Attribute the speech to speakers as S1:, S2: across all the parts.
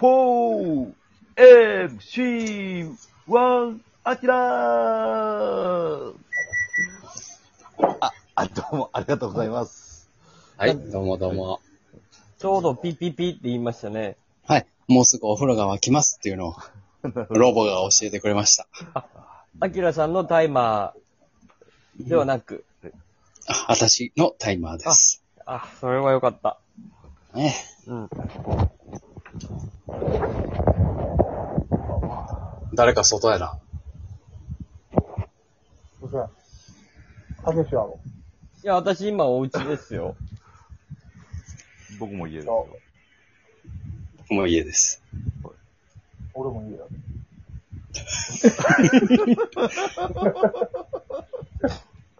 S1: 4 MC 1アキラー
S2: あ、どうも、ありがとうございます。
S3: はい、どうもどうも。
S4: ちょうどピッピッピって言いましたね。
S3: はい、もうすぐお風呂が沸きますっていうのを、ロボが教えてくれました。
S4: アキラさんのタイマーではなく。
S3: あ私のタイマーです。
S4: あ、それはよかった。
S3: ね、
S4: うん。
S3: 誰か外やな。
S5: 嘘や。たけしやろ。
S4: いや、私今お家ですよ。
S1: 僕も言える。
S3: 僕も家です。
S5: 俺も家や。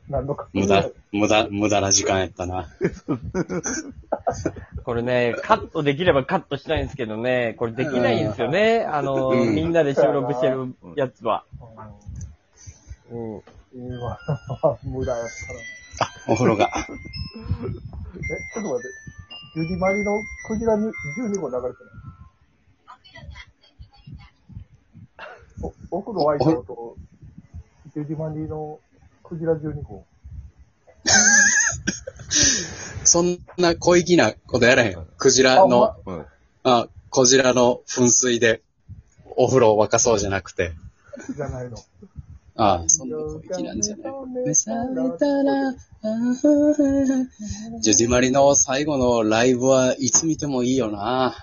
S5: 何度か。
S3: 無駄、無駄、無駄な時間やったな。
S4: これね、カットできればカットしたいんですけどね、これできないんですよね。あの、みんなで収録してるやつは。うん。
S5: うん、いいわ。無駄やったら。
S3: あ、お風呂が。
S5: え、ちょっと待って。ジュディマリのクジラに12個流れてない。お奥のワイドと、ジュディマリのクジラ12個。
S3: そんな小粋なことやらへん。クジラの
S5: あ、
S1: うん。
S3: あ、小ジラの噴水で、お風呂を沸かそうじゃなくて。
S5: じゃないの。
S3: ああ、そんな小粋なんじゃない。目覚めたら、ああジュジマリの最後のライブはいつ見てもいいよな。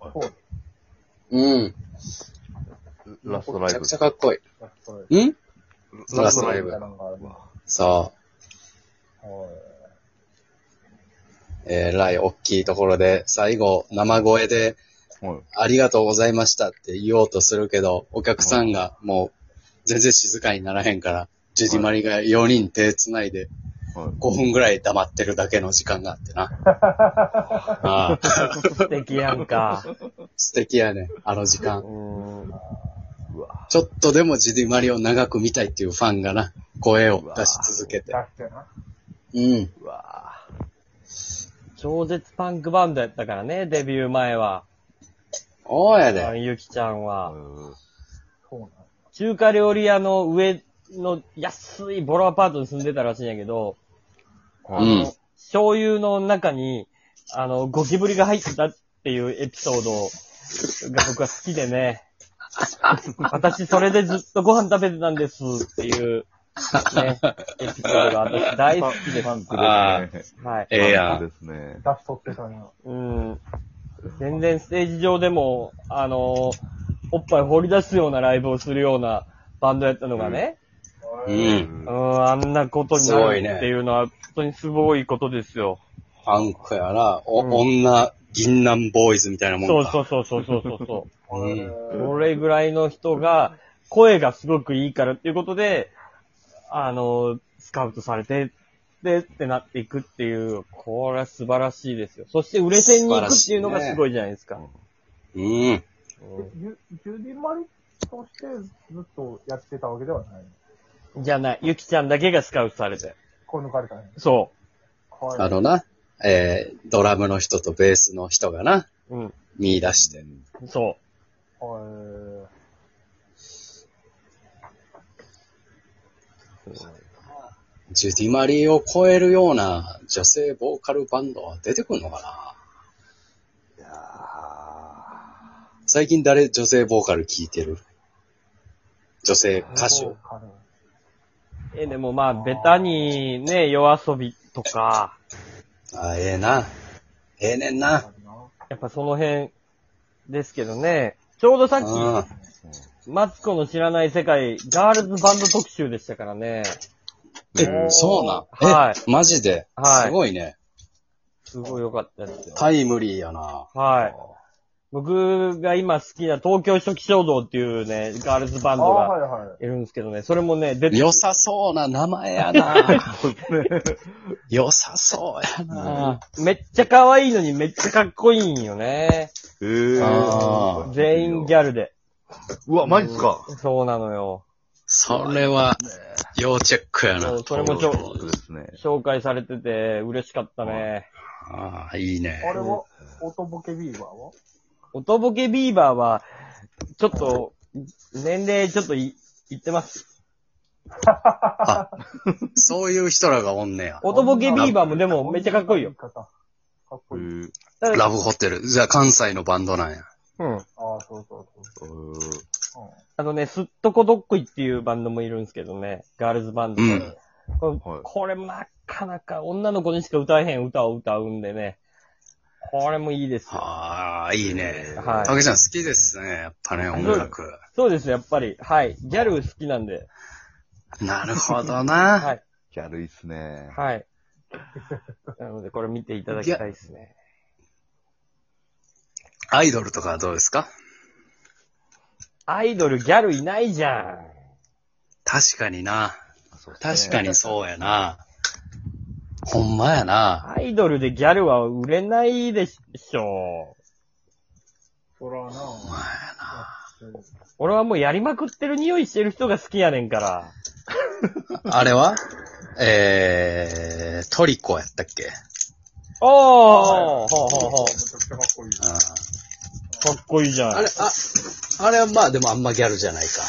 S5: そう。
S3: うん。
S1: ラスト
S3: め
S1: ライ
S3: ちゃ
S1: ブ
S3: くち。ゃかっこい
S5: あこれ
S3: い。ん
S1: ラ
S3: ラ
S1: ス
S3: ス
S1: ト
S3: ト
S1: ラ
S3: ラ
S1: イ
S3: イ
S1: ブ。
S3: ブ
S5: なんかあるな
S3: そ。
S5: おいう
S3: えらい大きいところで、最後、生声で、
S1: はい
S3: ありがとうございましたって言おうとするけど、お客さんがもう、全然静かにならへんから、ジュジマリが4人手繋いで、
S1: はい
S3: 5分ぐらい黙ってるだけの時間があって な。ああ、
S4: 素敵やんか。
S3: 素敵やね、あの時
S4: う
S3: 間。
S4: ん。
S3: ちょっとでもジュディマリを長く見たいっていうファンがな、声を出し続けて
S5: 出。してな。
S3: うん。
S1: うわ
S4: 超絶パンクバンドやったからね、デビュー前は。
S3: おうや
S4: あの
S3: で。
S4: ゆきちゃんは。
S1: ぁ。
S5: そうなん。
S4: 中華料理屋の上の安いボロアパートに住んでたらしいんやけど、
S3: う
S1: はい
S3: ん。
S4: 醤油の中に、あの、ゴキブリが入ってたっていうエピソードが僕は好き でね。私それでずっとご飯食べてたんですっていう、ね、エピソードが私大好きです。
S1: パンクですね。
S4: はい。
S3: ええや
S1: パン
S3: ん
S1: ク。ですね。
S5: 出しとってたんや。
S4: うん。全然ステージ上でも、あの、おっぱい掘り出すようなライブをするようなバンドやったのがね。
S3: う
S5: う
S3: ん。
S5: ん
S4: うーん、あんなことに
S3: す
S4: な
S3: ごい
S4: る
S3: ね
S4: っていうのは、本当にすごいことですよ。
S3: パンクやな。お、
S4: うん
S3: 女、銀杏ボーイズみたいなもん
S4: そう
S3: か。
S4: そうそうそうそうそうそ
S3: うん。
S4: う。それぐらいの人が、声がすごくいいからっていうことで、あの、スカウトされて、で、ってなっていくっていう、これは素晴らしいですよ。そして売れ線に行くっていうのがすごいじゃないですか。
S3: うん。
S5: ジュジュディマリとしてずっとやってたわけではない。
S4: うんじゃない、ゆきちゃんだけがスカウトされて。
S5: こう抜かれたね。
S4: そ
S5: はい。
S3: あのな、えー、ドラムの人とベースの人がな、
S4: う。うん。
S3: 見出して。
S4: そ
S5: は
S3: ジュディマリを超えるような女性ボーカルバンドは出てくるのかな最近誰女性ボーカル聴いてる女性
S5: い。
S3: 歌
S5: ボ
S3: 手
S5: ー。カル
S4: う。え、でもまあ、ベタにね、夜遊びとか、
S3: あ、ええな。ええねんな。
S4: やっぱその辺ですけどね。ちょうどさ
S3: うん
S4: っき、マツコの知らない世界、ガールズバンド特集でしたからね。
S3: え、そうなん。え、
S4: は
S3: マジで。
S4: はい
S3: すごいね。
S4: すごい良かったですよ。
S3: タイムリーやな。
S4: はい。僕が今好きな東京初期衝動っていうね、ガールズバ
S5: あ
S4: ン
S5: ー
S4: ド
S5: は
S4: が
S5: いはい。
S4: いるんですけどね、それもね、出て、
S3: 良さそうな名前や な。
S1: そうですね。
S3: 良さそうやな。
S4: めっちゃ可愛いのにめっちゃかっこいいんよね。
S1: えぇ
S3: あ
S4: 全員ギャルで。
S1: うわ、マジっすか
S4: そうなのよ。
S3: それは、要チェックや
S4: そ
S3: な
S4: う。それもちょ
S1: ですね。
S4: 紹介されてて嬉しかったね。
S3: ああ、いいね。
S5: あれは、音ボケビーバーは
S4: 音ボケビーバーは、ちょっと、年齢ちょっとい、言ってます。
S3: そういう人らがおんねや。
S4: 音ボケビーバーもでもめっちゃかっこいいよ。
S5: かっこいい。
S1: ー
S4: ただ
S3: ラブホテル。じゃあ関西のバンドなんや。
S4: うん。
S5: ああ、そうそうそう
S1: う
S5: そう。うん
S4: あのね、すっとこどっこいっていうバンドもいるんですけどね、ガールズバンド
S3: う
S4: で、
S3: ん。
S4: これ
S1: はい
S4: これなかなか女の子にしか歌えへん歌を歌うんでね、これもいいですよ。
S3: はあ、いいね。
S4: は
S3: た
S4: い。
S3: けちゃん好きですね。やっぱね、音楽。
S4: そうです、やっぱり。はい。ギャル好きなんで。
S3: なるほど
S4: は
S3: な。
S4: い。
S1: ギャルいっすね。
S4: はい。 なので、これ見ていただきたいですね。
S3: アイドルとかはどうですか
S4: アイドル、ギャルいないじゃん。
S3: 確かにな。
S1: あそうです
S3: 確
S1: ね
S3: かにそうやな。ほんまやな。
S4: アイドルでギャルは売れないでしょ。
S5: そらな
S3: ほんまやな。
S4: 俺はもうやりまくってる匂いしてる人が好きやねんから。
S3: あれはえー、トリコやったっけ
S4: おーほうほうほう
S5: めちゃくちゃかっこい
S3: う
S5: い。
S3: ん
S4: かっこいいじゃん。
S3: あれ、あ、あれはまあでもあんまギャルじゃないか。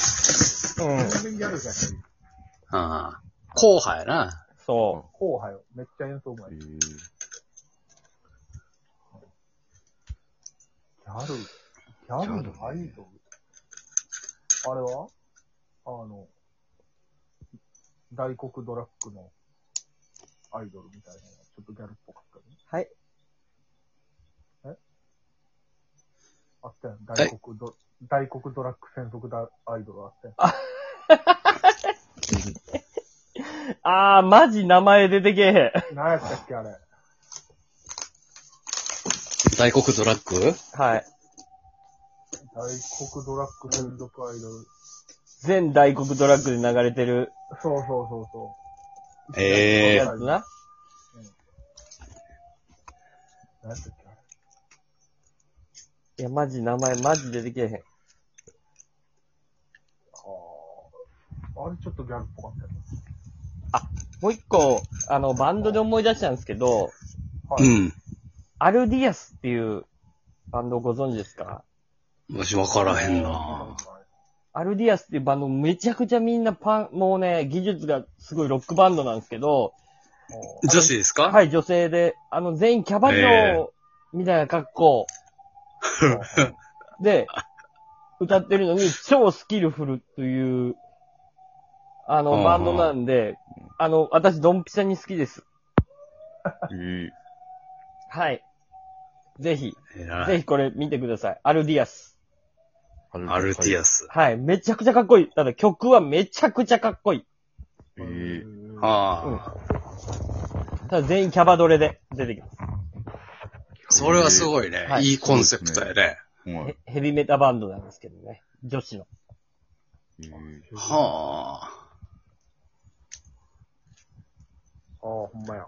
S4: うん。
S5: 全然ギャルじゃない。
S3: うん。後派やな。
S4: そ
S5: 後輩よ。めっちゃ演奏うまい。
S1: え
S5: ギ
S1: ー
S5: ャル、ギャルのアイドル。あれはあの、大黒ドラッグのアイドルみたいな、ちょっとギャルっぽかったね。
S4: う。はい。
S5: あったやん。大黒ド、大黒ドラッグ専属だアイドルあったやん。
S4: あー、マジ名前出てけえ
S5: 何やったっけあれ。
S3: 大黒ドラッグ
S4: へん。はい。
S5: 大黒ドラッグ専属アイドル。
S4: 全大黒ドラッグで流れてる
S5: そうそうそうそ
S3: え
S4: やつな。
S5: う。何やったっけあれ。
S4: いや、マジ名前マジ出てけえへん。
S5: あーあれちょっとギャルっぽかったよね。
S4: もう一個、あの、バンドで思い出したんですけど、
S5: は
S3: ー。う
S5: い。
S3: ん。
S4: アルディアスっていうバンドご存知ですか
S3: もしわからへんな。
S4: アルディアスっていうバンドめちゃくちゃみんなパン、もうね、技術がすごいロックバンドなんですけど、
S3: 女子ですか。
S4: はいい、女性で、あの、全員キャバ嬢みたいな格好で、歌ってるのに超スキルフルという、あ
S3: うんう
S4: の、
S3: ん
S4: バンドなんで、あの、私、ドンピシャに好きです。
S1: え
S4: はい。ぜひ、
S3: 偉
S4: ぜ
S3: い
S4: ひこれ見てください。アルディアス。
S1: ー
S3: アルティ
S1: ア。
S3: アス。
S4: はい。めちゃくちゃかっこいい。ただ曲はめちゃくちゃかっこいい。
S1: えー
S3: ああ。
S4: ただ全員キャバドレで出てきます。
S3: それはすごいね
S4: は。い
S3: いいコンセプトやね。
S1: は
S4: ヘ
S1: い
S4: ヘビメタバンドなんですけどね。女子の。
S1: えー
S3: はあ。
S5: ああ、ほんまや。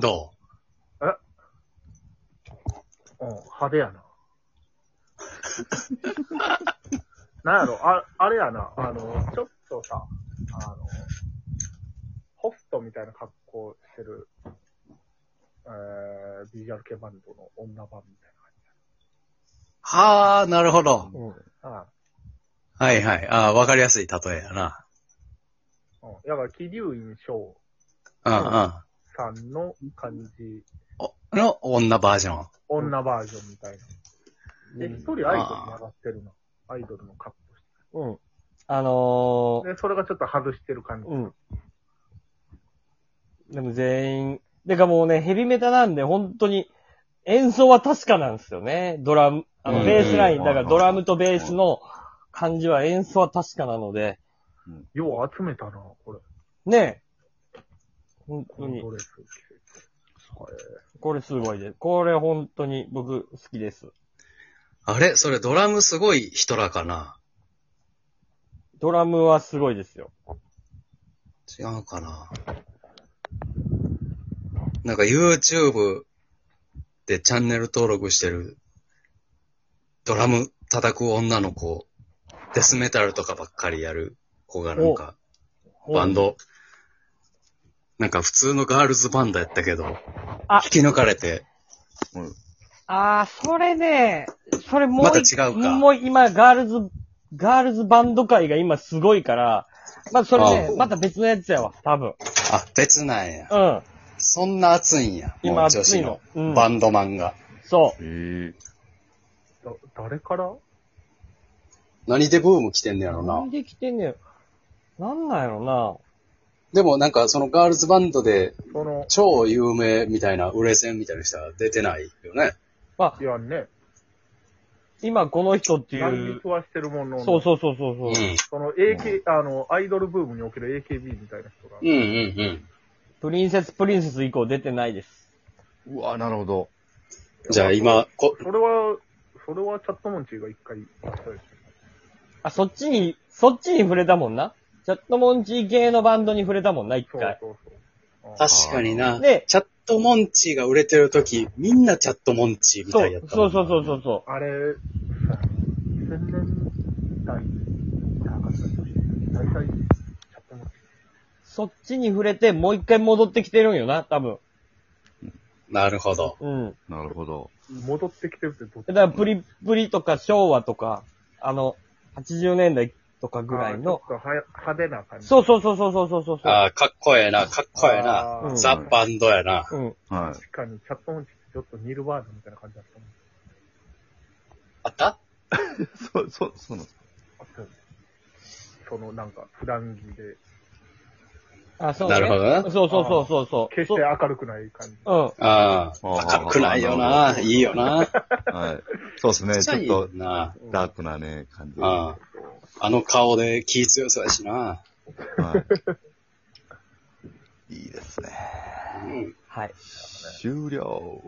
S3: ど
S5: うん、派手やな。 なんやろ、ああれやな、あの、ちょっとさ、あの、ホストみたいな格好してる、えー、ビジュアル系バンドの女版みたいう
S3: はあ、なるほど。
S5: な感
S3: はいはい。ああ、わかりやすい例えやな。
S5: じ。うん。うん。やっぱ、気流院翔
S3: うん
S5: さんの感じ、
S3: うん。の女バージョン。
S5: 女バージョンみたいな。で、一人アイドルに上がってるの。アイドルの格好し
S4: うん。あの
S5: て。で、それがちょっと外してる感じ
S4: ー、。うん。でも全員、でかもうね、ヘビメタなんで本当に演奏は確かなんですよね。ドラム、あ
S3: う
S4: の、
S3: ん
S4: ベースライ
S1: う
S4: ン、
S1: ん
S4: だからドラムとベースの感じは演奏は確かなので、
S5: よう集めたな、これ。
S4: ねえ本
S5: こ
S4: 当
S5: の
S4: に
S5: ド、レス着てて。
S4: これすごいです。これ本当に僕好きです。
S3: あれそれドラムすごい人らかな
S4: ドラムはすごいですよ。
S3: 違うかななんか YouTube でチャンネル登録してるドラム叩く女の子、デスメタルとかばっかりやる子がなんかバンド、なんか普通のガールズバンドやったけど、
S4: あ
S3: 引き抜かれて
S1: うん、
S4: あー、それね、それもうい、
S3: また違うか
S4: もう今、ガールズ、ガールズバンド界が今すごいから、まあそれね
S3: あ、ー
S4: また別のやつやわ、多分。
S3: あ、別なんや。
S4: うん。
S3: そんな熱いんや。も
S4: 今
S3: う女
S4: 熱
S3: 子
S4: いの
S3: の
S4: うん
S3: バンドマンが。
S4: そう。
S1: え
S5: だ誰から
S3: 何でブーム来てんねやろ
S4: な。
S3: なん
S4: できてんねん。なんなんやろ
S3: でもなんかそのガールズバンドで
S5: その、
S3: 超有名みたいな、売れ線みたいな人は出てないよね。
S5: いやね、
S4: 今この人ってい
S5: 乱
S4: う。
S5: 立はしてるものの、
S4: そうそうそうそうそうう、
S3: ん。
S5: その AK、あの、アイドルブームにおける AKB みたいな人が。
S3: うんうん
S4: プリンセスプリンセス以降出てないです。
S1: ー、うわ、なるほど。
S3: うん。じゃあ今、こ、
S5: それは、それはチャットモンチーが一回言ったでし
S4: あ、そっちに、そっちに触れたもんな。チャットモンチー系のバンドに触れたもんな、一
S5: ょ。そう
S4: 回。
S5: そうそう。あ
S3: 確かにな。
S4: で
S3: チャットモンチーが売れてる時、みんなチャットモンチーみ
S4: そ
S3: たいうやった
S4: そ
S3: もん
S4: うそうそうそうそ
S5: あれ、2000年代じゃなかったとして、大体、チャットモン
S4: う。
S5: チ
S4: そっちに触れて、もう一回戻ってきてるんよな、多分。
S3: なるほど。
S4: うん。
S1: なるほど。
S5: ー戻ってきてるってどっ
S4: だから、プリプリとか昭和とか、あの、80年代とかぐらいの。
S5: あーちょっとは派手な感じ。
S4: そうそうそうそうそうそうそう。
S3: ああ、かっこええな、かっこええな。
S5: あ
S4: う
S5: ー
S4: ん
S3: ザ・バンドやな。
S4: うん。
S1: は
S5: 確かに、チャットモンチーってちょっとニルバーナみたいな感じだったもん。
S3: あった
S1: い。そう、そう、そうなんです
S5: あったよねそのなんか、普段着で、
S4: あ、そう、ね。
S3: なるほどな
S4: そうそうそうそうそう。
S5: 決して明るくない感じ。
S4: そう。うん。
S1: あ
S3: ああ、
S1: ー
S3: 明るくないよな。いいよな。
S1: はい。そうですね。
S3: ちっちゃ
S1: ち
S3: い
S1: ょっと、
S3: な。
S1: ダークなね、感じ。は
S3: あああの顔で気強そうやしな。
S1: い。いいですね。
S3: うん。
S4: はい。
S1: 終了。